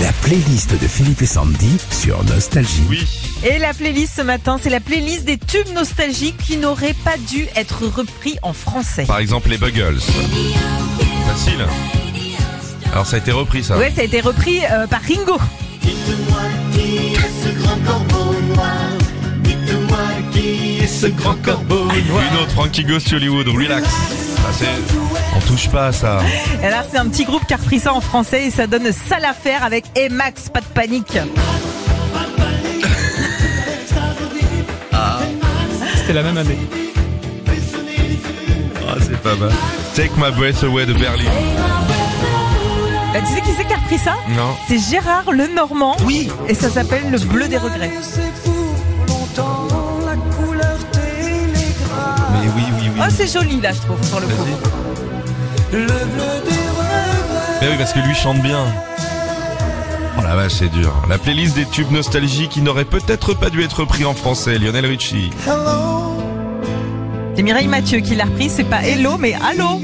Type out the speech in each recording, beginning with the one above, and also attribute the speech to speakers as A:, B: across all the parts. A: La playlist de Philippe et Sandy sur Nostalgie.
B: Oui.
C: Et la playlist ce matin, c'est la playlist des tubes nostalgiques qui n'auraient pas dû être repris en français.
B: Par exemple, les Buggles. Facile. Alors, ça a été repris, ça.
C: Ouais, ça a été repris euh, par Ringo.
D: Dites-moi qui est ce grand corbeau noir Dites-moi qui est ce grand corbeau noir
B: Une autre, Frankie Ghost Hollywood, relax. Ah, c'est- On touche pas à ça.
C: Et là, c'est un petit groupe qui a repris ça en français et ça donne ça l'affaire avec Et Max, pas de panique.
E: C'était la même année.
B: Ah, c'est pas mal. Take my breath away de Berlin.
C: Bah, tu sais qui c'est qui a repris ça
B: Non.
C: C'est Gérard Lenormand. Oui. Et ça s'appelle Le Bleu des
B: Mais
C: Regrets.
B: oui, oui, oui.
C: Oh, c'est joli là, je trouve, pour le coup.
B: Mais oui, parce que lui chante bien. Oh la vache, c'est dur. La playlist des tubes nostalgiques qui n'aurait peut-être pas dû être repris en français. Lionel Richie.
C: C'est Mireille Mathieu qui l'a repris, c'est pas Hello, mais Allô.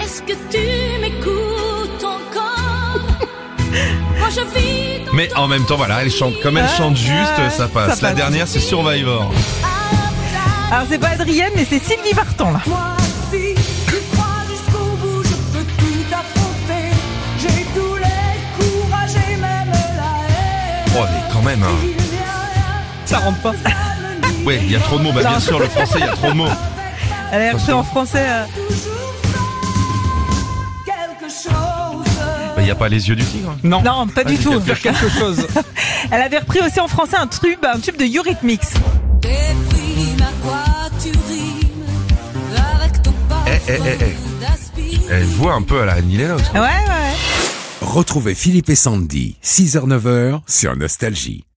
F: Est-ce que tu m'écoutes encore Moi je vis dans
B: Mais en même temps, voilà, elle chante. Comme elle chante juste, ça passe.
C: Ça
B: La
C: passe.
B: dernière, c'est Survivor.
C: Alors, c'est pas Adrienne, mais c'est Sylvie Vartan là.
G: Moi, si tu crois jusqu'au bout, je peux tout affronter. J'ai tous les courages et même la haine.
B: Oh, mais quand même, hein.
G: Il n'y a
C: Ça rentre pas.
G: rien à me
B: Ouais, il y a trop de mots. Bah, bien sûr, le français, il y a trop de mots. Bah,
C: Elle a repris en français. euh,
G: nier. Toujours faire quelque chose.
B: Bah, il n'y a pas les yeux du tigre.
E: Non.
C: Non, pas du
B: Vas-y,
C: tout.
B: quelque
E: Quelque chose.
C: Elle avait repris aussi en français un tube, un tube de Eurythmics.
F: déprime à quoi tu rimes avec ton
B: Eh, eh, eh, eh. Elle voit un peu à la Annie Lennox.
C: Ouais, ouais. ouais.
A: Retrouvez Philippe et Sandy, 6h-9h sur Nostalgie.